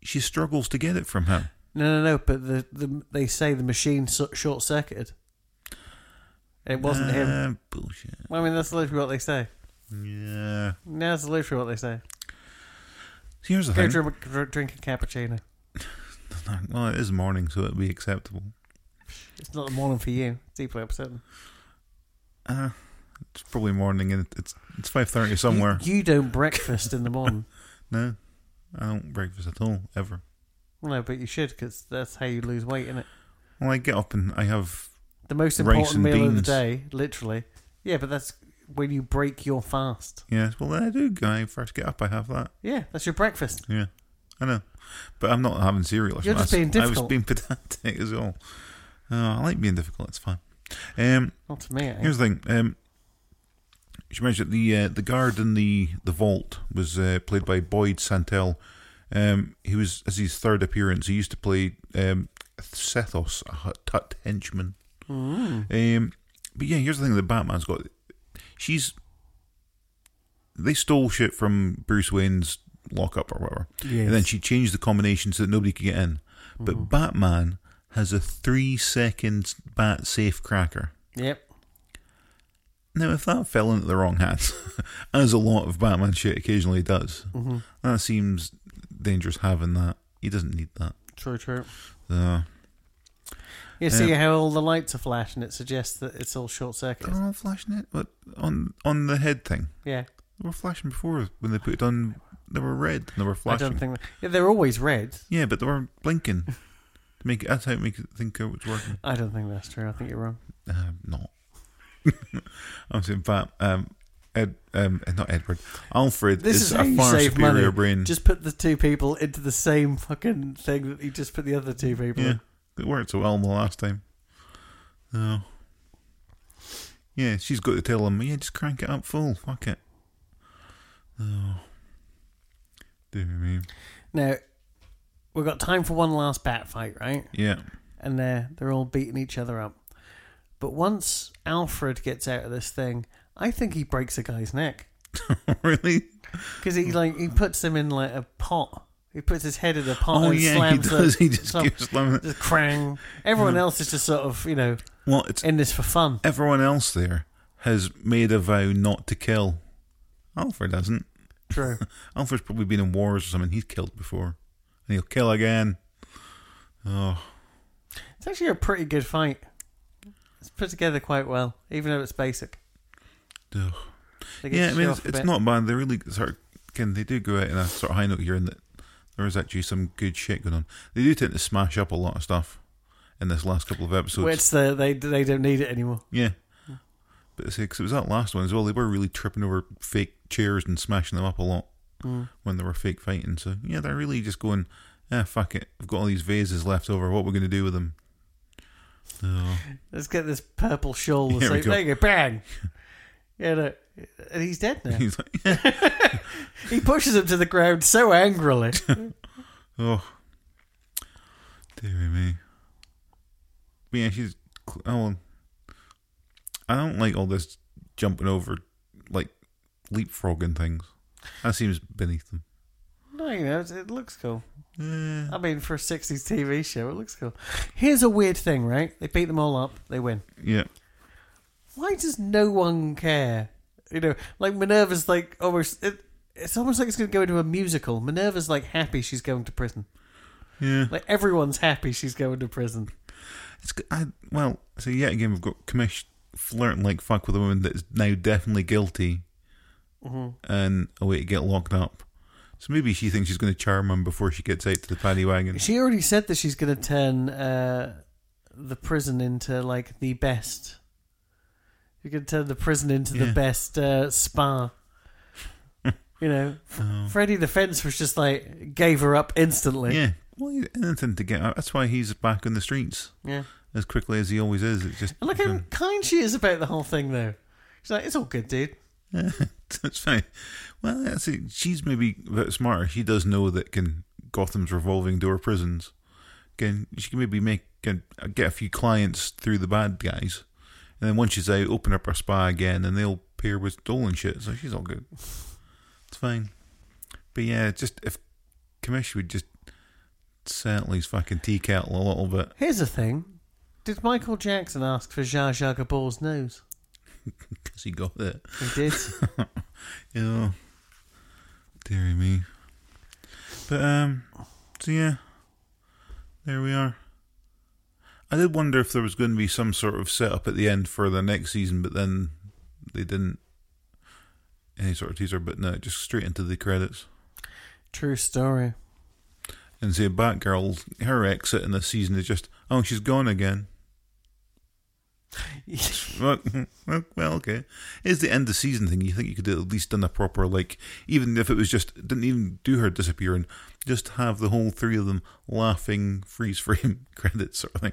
S1: She struggles to get it from him.
S2: No, no, no, but the, the, they say the machine short circuited. It wasn't him.
S1: Ah, Bullshit.
S2: Well, I mean, that's literally what they say.
S1: Yeah.
S2: No, that's literally what they say.
S1: See, here's the
S2: Go
S1: thing.
S2: drink, dr- drink a cappuccino.
S1: Well, it is morning, so it'd be acceptable.
S2: It's not the morning for you. It's deeply upsetting.
S1: Uh, it's probably morning and it's it's five thirty somewhere.
S2: You, you don't breakfast in the morning.
S1: No, I don't breakfast at all ever.
S2: No, but you should because that's how you lose weight, isn't it?
S1: Well, I get up and I have
S2: The most
S1: Rice
S2: important
S1: and
S2: meal of the
S1: beans.
S2: day, literally. Yeah, but that's when you break your fast.
S1: yes. Well, I do. When I first get up, I have that.
S2: Yeah, that's your breakfast.
S1: Yeah, I know, but I'm not having cereal. or
S2: You're just
S1: something.
S2: being
S1: I was-
S2: difficult.
S1: I was being pedantic as well. Oh, I like being difficult. It's fine. Um,
S2: Not to me. eh?
S1: here's the thing. Um, she mentioned the uh, the guard in the the vault was uh, played by Boyd Santel. Um, he was as his third appearance. He used to play um, Sethos, a Hut- Tut henchman. Um, but yeah, here's the thing that Batman's got. She's. They stole shit from Bruce Wayne's lockup or whatever.
S2: Yes.
S1: And then she changed the combination so that nobody could get in. But Batman has a three second bat safe cracker.
S2: Yep.
S1: Now, if that fell into the wrong hands, as a lot of Batman shit occasionally does,
S2: Mm-hmm.
S1: that seems dangerous having that. He doesn't need that.
S2: True. True.
S1: So,
S2: You see how all the lights are flashing. It suggests that it's all short circuit.
S1: they're all flashing it but on on the head thing.
S2: Yeah.
S1: They were flashing before when they put it on. They were red. And they were
S2: I
S1: flashing.
S2: don't think yeah, they're always red.
S1: Yeah, but they were blinking. to make it, that's how it makes it think it was working.
S2: I don't think that's true. I think you're wrong.
S1: Um, not. I'm saying Bat. Um, Ed. Um, not Edward. Alfred
S2: This
S1: is,
S2: is, how
S1: a
S2: you
S1: far
S2: save
S1: superior
S2: money.
S1: brain.
S2: Just put the two people into the same fucking thing that you just put the other two people.
S1: yeah,
S2: in.
S1: it worked so well the last time. No. Yeah, she's got to tell him. Yeah, just crank it up full. Fuck it. No. Do me.
S2: Now we've got time for one last bat fight, right?
S1: Yeah.
S2: and they're they're all beating each other up. But once Alfred gets out of this thing, I think he breaks a guy's neck
S1: really?
S2: because he like he puts him in like a pot. He puts his head in a pot
S1: Oh
S2: and
S1: yeah, he
S2: slams
S1: does.
S2: the-
S1: He just
S2: some-
S1: keeps slamming it.
S2: just crang. Everyone else is just sort of you know
S1: Well, it's
S2: in this for fun.
S1: everyone else there has made a vow not to kill. Alfred hasn't.
S2: True.
S1: Alfred's probably been in wars or something. He's killed before, and he'll kill again. Oh,
S2: It's actually a pretty good fight. It's put together quite well, even though it's basic.
S1: ugh.
S2: They get
S1: yeah. I
S2: to
S1: mean,
S2: show
S1: it's,
S2: off a
S1: it's
S2: bit.
S1: not bad. They really sort of can. They do go out in a sort of high note here, in that there is actually some good shit going on. They do tend to smash up a lot of stuff in this last couple of episodes.
S2: Well, it's the they they don't need it anymore.
S1: yeah. But it's because it was that last one as well. They were really tripping over fake chairs and smashing them up a lot
S2: Mm.
S1: when they were fake fighting. So yeah, they're really just going, ah, fuck it. I've got all these vases left over. What we're going to do with them? Oh.
S2: Let's get this purple shawl.
S1: Here we
S2: So,
S1: go.
S2: there you go, bang. Yeah, no. And he's dead now.
S1: He's like,
S2: he pushes him to the ground so angrily.
S1: oh, dear me. But yeah, she's. cl- Oh, well, I don't like all this jumping over, like leapfrogging things. That seems beneath them.
S2: no, you know, it, it looks cool.
S1: Eh,
S2: I mean, for a 60s TV show, it looks cool. Here's a weird thing, right? They beat them all up, they win.
S1: yeah,
S2: Why does no one care? You know, like Minerva's like almost. It, it's almost like it's going to go into a musical. Minerva's like happy she's going to prison.
S1: yeah.
S2: Like everyone's happy she's going to prison.
S1: It's g I well, so yet again we've got Commish flirting like fuck with a woman that's now definitely guilty, and a way to get locked up. So maybe she thinks she's going to charm him before she gets out to the paddy wagon.
S2: She already said that she's going to turn uh, the prison into like the best. You can turn the prison into the
S1: Yeah.
S2: best uh, spa. you know, F- Freddy the Fence was just like gave her up instantly.
S1: Oh. Yeah, well, he- anything to get out. That's why he's back on the streets
S2: Yeah.
S1: as quickly as he always is. It's just
S2: And look how kind she is about the whole thing, though. She's like, "It's all good, dude."
S1: that's fine. Well, that's it. she's maybe a bit smarter. She does know that can Gotham's revolving door prisons. Can she can maybe make can get a few clients through the bad guys, and then once she's out, open up her spa again, and they'll pay her with stolen shit. So she's all good. It's fine. But yeah, just if Commish would just settle his fucking tea kettle a little bit.
S2: Here's the thing: Did Michael Jackson ask for Zsa Zsa Gabor's nose?
S1: 'Cause he got it.
S2: He did.
S1: Yeah. Dear me. But um so yeah. There we are. I did wonder if there was going to be some sort of setup at the end for the next season, but then they didn't any sort of teaser, but no, just straight into the credits.
S2: True story.
S1: And say Batgirl her exit in this season is just oh, she's gone again. well, well, okay. It's the end of season thing. You think you could at least done a proper like, even if it was just didn't even do her disappearing, just have the whole three of them laughing, freeze frame credits sort of thing.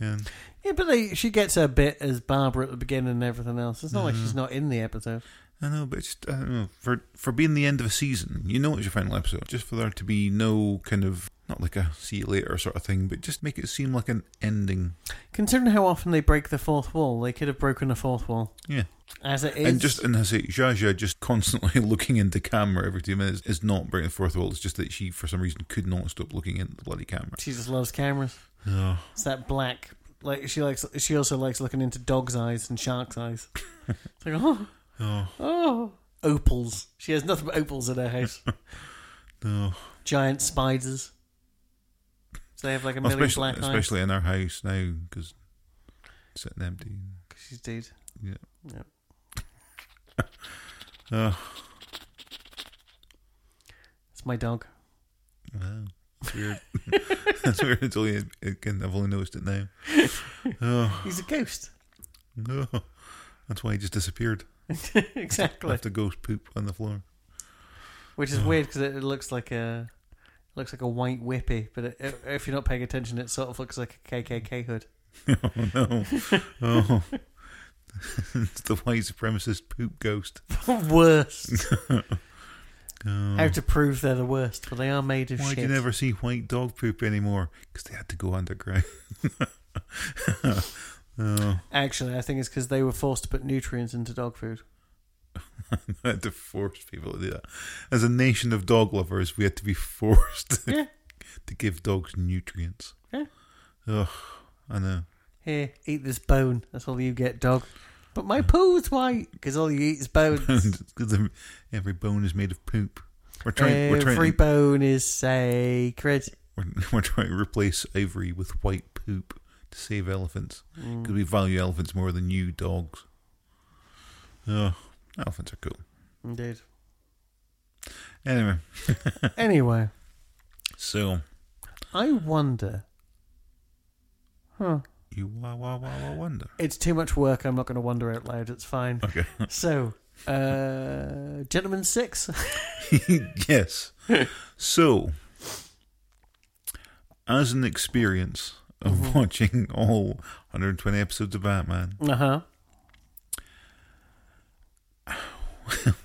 S1: And
S2: Yeah, but they, she gets her bit as Barbara at the beginning and everything else. It's not like
S1: Mm.
S2: she's not in the episode.
S1: I know, but it's just, I don't know for for being the end of a season, you know it's your final episode. Just for there to be no kind of not like a see you later sort of thing, but just make it seem like an ending.
S2: Considering how often they break the fourth wall, they could have broken the fourth wall.
S1: Yeah.
S2: As it is,
S1: And just and I say, Zsa Zsa just constantly looking into camera every two minutes is not breaking the fourth wall. It's just that she, for some reason, could not stop looking into the bloody camera.
S2: she just loves cameras.
S1: Ugh.
S2: It's that black. Like she likes. She also likes looking into dogs' eyes and sharks' eyes. it's like oh,
S1: Oh.
S2: oh, opals. She has nothing but opals in her house.
S1: No,
S2: Giant spiders. So they have like a
S1: Well,
S2: million
S1: especially
S2: black eyes.
S1: especially in our house now because it's sitting empty.
S2: 'Cause She's dude.
S1: Yeah.
S2: Yep.
S1: Ugh.
S2: It's my dog.
S1: Wow. That's weird. That's weird. It's only again, I've only noticed it now. Oh,
S2: He's a ghost.
S1: no. That's why he just disappeared.
S2: exactly.
S1: Left a ghost poop on the floor.
S2: Which is weird 'cause weird because it, it looks like a it looks like a white whippy, but it, it- if you're not paying attention, it sort of looks like a KKK hood.
S1: oh no. Oh. it's the white supremacist poop ghost.
S2: worst.
S1: Oh.
S2: How to prove they're the worst? But they are made of
S1: Why
S2: shit.
S1: do you never see white dog poop anymore? Because they had to go underground. oh,
S2: Actually, I think it's because they were forced to put nutrients into dog food.
S1: I had to force people to do that. As a nation of dog lovers, we had to be forced
S2: Yeah.
S1: to give dogs nutrients.
S2: Yeah.
S1: Ugh, I know.
S2: Here, eat this bone. That's all you get, dog. But my poo's white because all you eat is bones.
S1: Every bone is made of poop. We're trying. we're trying.
S2: Every
S1: To,
S2: bone is sacred.
S1: we're, we're trying to replace ivory with white poop to save elephants
S2: Mm.
S1: because we value elephants more than you dogs. Ugh, elephants are cool.
S2: Indeed.
S1: Anyway,
S2: anyway,
S1: so
S2: I wonder. Huh.
S1: you wah wah wah wah wonder.
S2: It's too much work. I'm not going to wonder out loud. It's fine.
S1: Okay.
S2: So, uh, Gentleman Six.
S1: yes. So, as an experience
S2: Mm-hmm.
S1: of watching Uh-huh.
S2: Um,
S1: all 120 episodes of Batman,
S2: uh huh.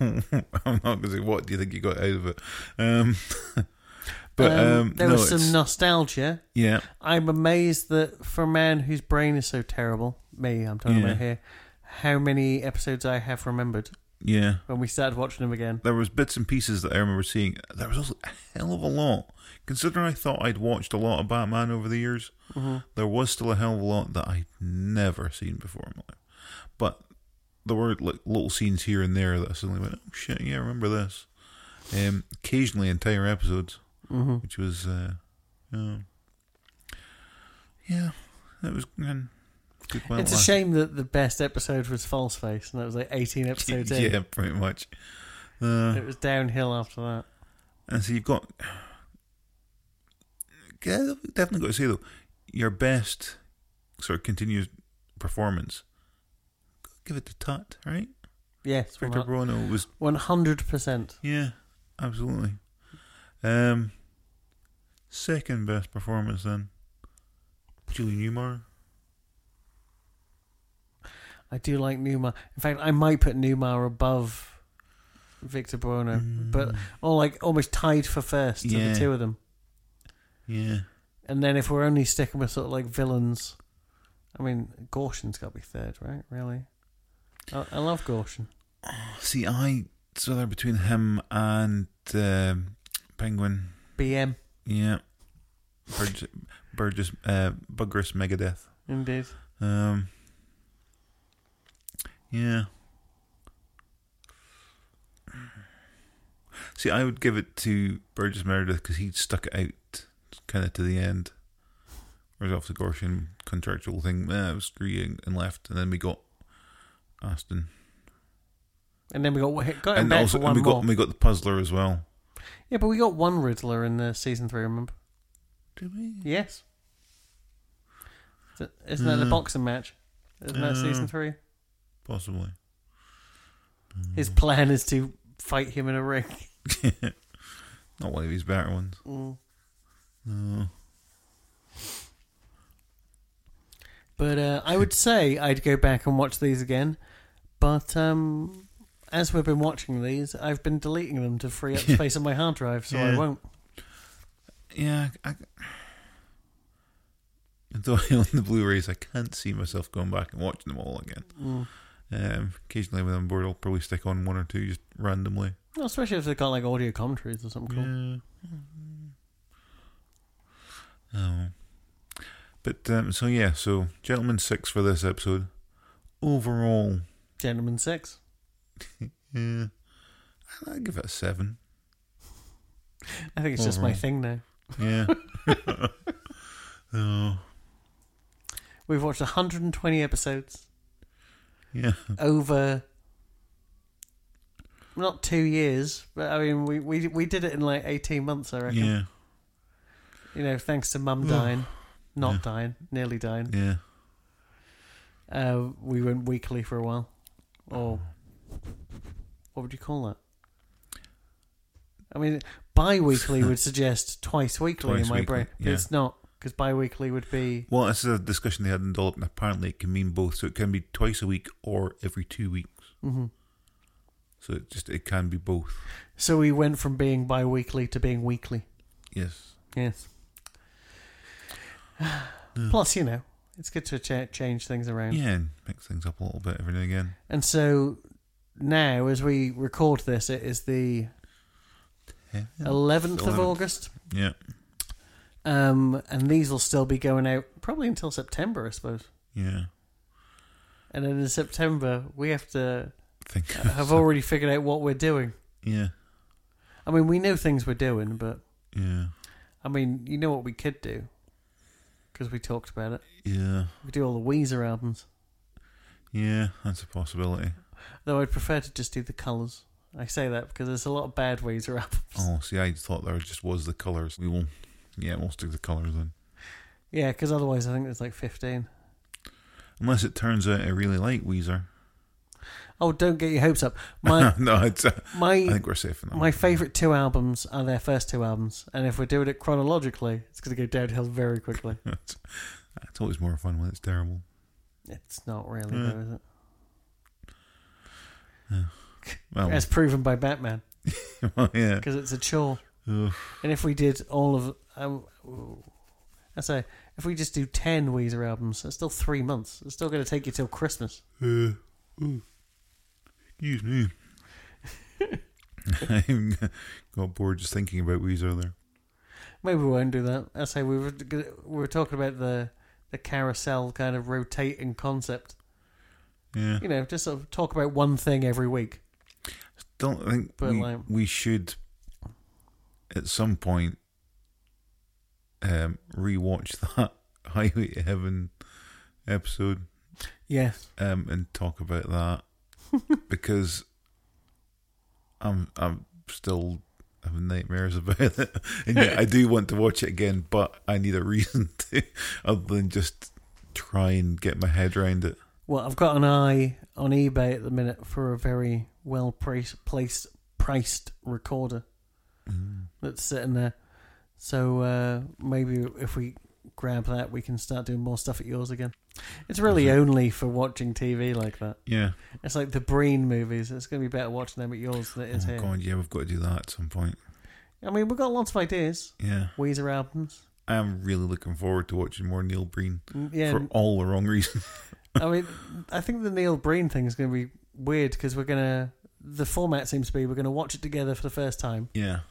S1: I'm not going to say what do you think you got out of it. Um, but um,
S2: Um, there
S1: no,
S2: was some
S1: it's-
S2: nostalgia.
S1: yeah,
S2: I'm amazed that for a man whose brain is so terrible, me, I'm talking
S1: Yeah.
S2: about here, how many episodes I have remembered
S1: yeah.
S2: when we started watching them again.
S1: There was bits and pieces that I remember seeing. There was also a hell of a lot. Considering I thought I'd watched a lot of Batman over the years,
S2: Mm-hmm.
S1: there was still a hell of a lot that I'd never seen before in my life. But there were like little scenes here and there that I suddenly went, "Oh shit, yeah, I remember this." Um, occasionally entire episodes,
S2: Mm-hmm.
S1: which was, uh, uh, yeah, that was. Man, good while
S2: It's a
S1: last.
S2: shame that the best episode was False Face, and that was like 18 episodes in.
S1: Yeah, pretty much. Uh,
S2: It was downhill after that.
S1: And so you've got. Yeah, definitely got to say, though, your best sort of continuous performance, give it to Tut, right?
S2: Yes,
S1: Victor Bruno was.
S2: 100%.
S1: Yeah, absolutely. Um, Second best performance, then, Julie Newmar.
S2: I do like Numa. In fact, I might put Numa above Victor Buono, but or like almost tied for first
S1: Mm. Yeah.
S2: of the two of them.
S1: Yeah.
S2: And then if we're only sticking with sort of like villains, I mean, Gorshin's got to be third, right? Really? I, I love Gorshin.
S1: See, I. So they're between him and um, Penguin.
S2: BM,
S1: Yeah. Burgess, Burgess, uh, Bugris Megadeth.
S2: indeed.
S1: Um. Yeah. See, I would give it to Burgess Meredith because he stuck it out kind of to the end. Whereas off the Gorshin contractual thing, eh, it was screw you and left, and then we got Aston,
S2: And then we got got him
S1: and
S2: back
S1: also
S2: for
S1: and
S2: one
S1: we
S2: more.
S1: got and we got the Puzzler as well.
S2: Yeah, but we got one Riddler in the season three. Remember?
S1: Did we?
S2: Yes. Th- Isn't that the
S1: Mm.
S2: boxing match? Isn't that season
S1: Mm.
S2: three?
S1: Possibly.
S2: His plan is to fight him in a ring.
S1: Not one of his better ones.
S2: Mm.
S1: No.
S2: But uh, I would say I'd go back and watch these again. But um, as we've been watching these, I've been deleting them to free up space on my hard drive, so I
S1: Yeah.
S2: won't.
S1: Yeah, I, I- though I own the Blu-rays, I can't see myself going back and watching them all again. Um, occasionally, when I'm bored, I'll probably stick on one or two just randomly.
S2: Well, especially if they've got like audio commentaries or something cool.
S1: Yeah. Oh. But um, so yeah, so gentlemen six for this episode. Overall,
S2: Gentleman Six.
S1: yeah, I'd give it a seven.
S2: I think it's just my
S1: Overall.
S2: thing now.
S1: Yeah. oh,
S2: We've watched 120 episodes
S1: yeah.
S2: over not two years, but I mean, we, we, we did it in like 18 months, I reckon.
S1: Yeah.
S2: You know, thanks to mum dying, not dying, nearly dying.
S1: Yeah.
S2: Uh, we went weekly for a while, or what would you call that? I mean, bi-weekly would suggest twice weekly
S1: Twice
S2: in my
S1: weekly,
S2: brain, but
S1: yeah.
S2: it's not because bi-weekly would be
S1: Well, this is a discussion they had in Dollop, and apparently it can mean both. So it can be twice a week or every two weeks.
S2: Mhm.
S1: So it just it can be both.
S2: so we went from being bi-weekly to being weekly.
S1: Yes.
S2: Yes. Plus, you know, it's good to cha- change things around.
S1: Yeah, and mix things up a little bit every now and again.
S2: And so now, as we record this, it is the
S1: Yeah.
S2: eleventh of
S1: 11th.
S2: August.
S1: Yeah.
S2: Um, and these will still be going out probably until September, I suppose.
S1: Yeah.
S2: And then in September, we have to
S1: Think.
S2: have already figured out what we're doing.
S1: yeah.
S2: I mean, we know things we're doing, but
S1: Yeah.
S2: I mean, you know what we could do because we talked about it.
S1: Yeah.
S2: We do all the Weezer albums,
S1: Yeah. That's a possibility.
S2: though I'd prefer to just do the colours. I say that because there's a lot of bad Weezer albums.
S1: Oh, see, I thought there just was the colours. We will. Yeah, we'll stick to the colours then.
S2: Yeah, because otherwise, I think there's like 15.
S1: Unless it turns out I really like Weezer.
S2: Oh, don't get your hopes up. My
S1: no, it's, uh, I
S2: my
S1: think we're safe in that.
S2: my favourite two albums are their first two albums, and if we're doing it chronologically, it's going to go downhill very quickly.
S1: it's, it's always more fun when it's terrible. Mm.
S2: It's not really
S1: Yeah.
S2: though, is it?
S1: Well,
S2: as proven by Batman,
S1: yeah.
S2: because it's a chore.
S1: Ugh.
S2: And if we did all of, um, I say, if we just do ten Weezer albums, that's still three months. It's still going to take you till Christmas.
S1: Uh, ooh. Excuse me. I got bored just thinking about Weezer there.
S2: Maybe we won't do that. I say we were gonna- we were talking about the the carousel kind of rotating concept.
S1: Yeah.
S2: You know, just sort of talk about one thing every week.
S1: Don't think
S2: But,
S1: we,
S2: like-
S1: we should at some point um rewatch that Highway to Heaven episode
S2: Yes.
S1: um and talk about that because I'm I'm still having nightmares about it. And yet I do want to watch it again, but I need a reason to other than just try and get my head around it.
S2: Well, I've got an eye on eBay at the minute for a very well price, placed priced recorder that's sitting there. So uh, maybe if we grab that, we can start doing more stuff at yours again. It's really only for watching TV like that.
S1: Yeah.
S2: It's like the Breen movies. It's going to be better watching them at yours than it is
S1: Oh
S2: here.
S1: god, yeah, we've got to do that at some point.
S2: I mean, we've got lots of ideas.
S1: Yeah.
S2: Weezer albums.
S1: I am really looking forward to watching more Neil Breen
S2: Mm, Yeah,
S1: for all the wrong reasons.
S2: I mean, I think the Neil Breen thing is going to be weird because we're going to. The format seems to be we're going to watch it together for the first time,
S1: yeah.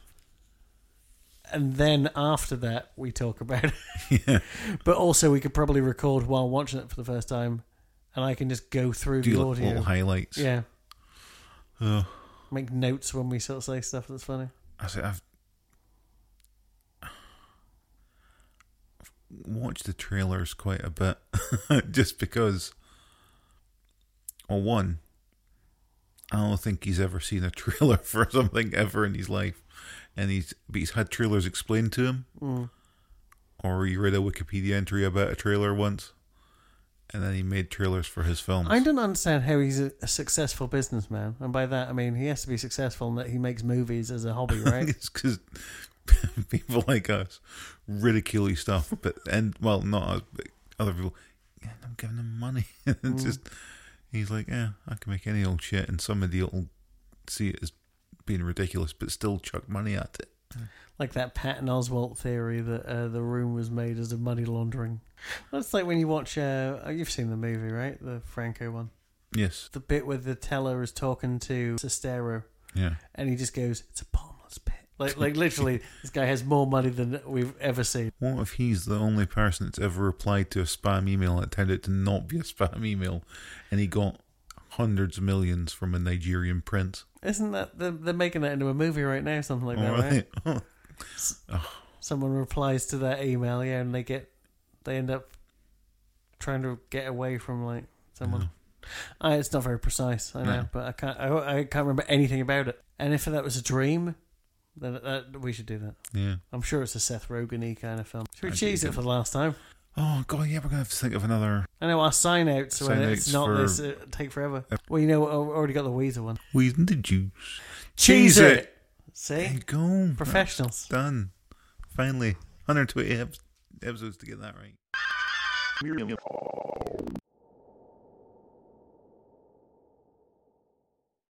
S2: and then after that we talk about it.
S1: Yeah.
S2: But also, we could probably record while watching it for the first time, and I can just go through
S1: Do
S2: the
S1: like
S2: audio.
S1: little highlights.
S2: yeah,
S1: Ugh.
S2: make notes when we sort of say stuff that's funny.
S1: I said, I've I've watched the trailers quite a bit just because. Well, one, I don't think he's ever seen a trailer for something ever in his life, and he's but he's had trailers explained to him, or he read a Wikipedia entry about a trailer once, and then he made trailers for his films.
S2: I don't understand how he's a, a successful businessman, and by that I mean he has to be successful in that he makes movies as a hobby, right?
S1: it's because people like us ridicule his stuff, but and well, not us, but other people. Yeah, I'm giving him money. it's just he's like, yeah, I can make any old shit, and some idiot will see it as being ridiculous, but still chuck money at it.
S2: like that Patton Oswalt theory that uh, the room was made as a money laundering. That's like when you watch. Uh, oh, you've seen the movie, right? The Franco one.
S1: Yes,
S2: The bit where the teller is talking to Sestero,
S1: yeah,
S2: and he just goes, "It's a bottomless pit." Like, like literally, this guy has more money than we've ever seen.
S1: What if he's the only person that's ever replied to a spam email that turned out to not be a spam email, and he got hundreds of millions from a Nigerian prince?
S2: Isn't that they're, they're making that into a movie right now? Something like that,
S1: All
S2: right?
S1: right.
S2: Someone replies to that email, yeah, and they get, they end up trying to get away from like someone. I, it's not very precise, I know,
S1: No.
S2: but I can't. I, I can't remember anything about it. And if that was a dream, then that, we should do that.
S1: yeah.
S2: I'm sure it's a Seth Rogen-y kind of film. Should we
S1: I
S2: cheese
S1: do.
S2: it for the last time?
S1: Oh god, yeah, we're gonna have to think of another
S2: I know our sign outs when
S1: Sign-outs
S2: it's not
S1: for-
S2: this uh, take forever. Well, you know, I already got the Weezer one.
S1: Weeding the juice.
S2: Cheese
S1: it!
S2: it.
S1: There
S2: See,
S1: you go.
S2: professionals.
S1: That's done. Finally, 120 ep- episodes to get that right.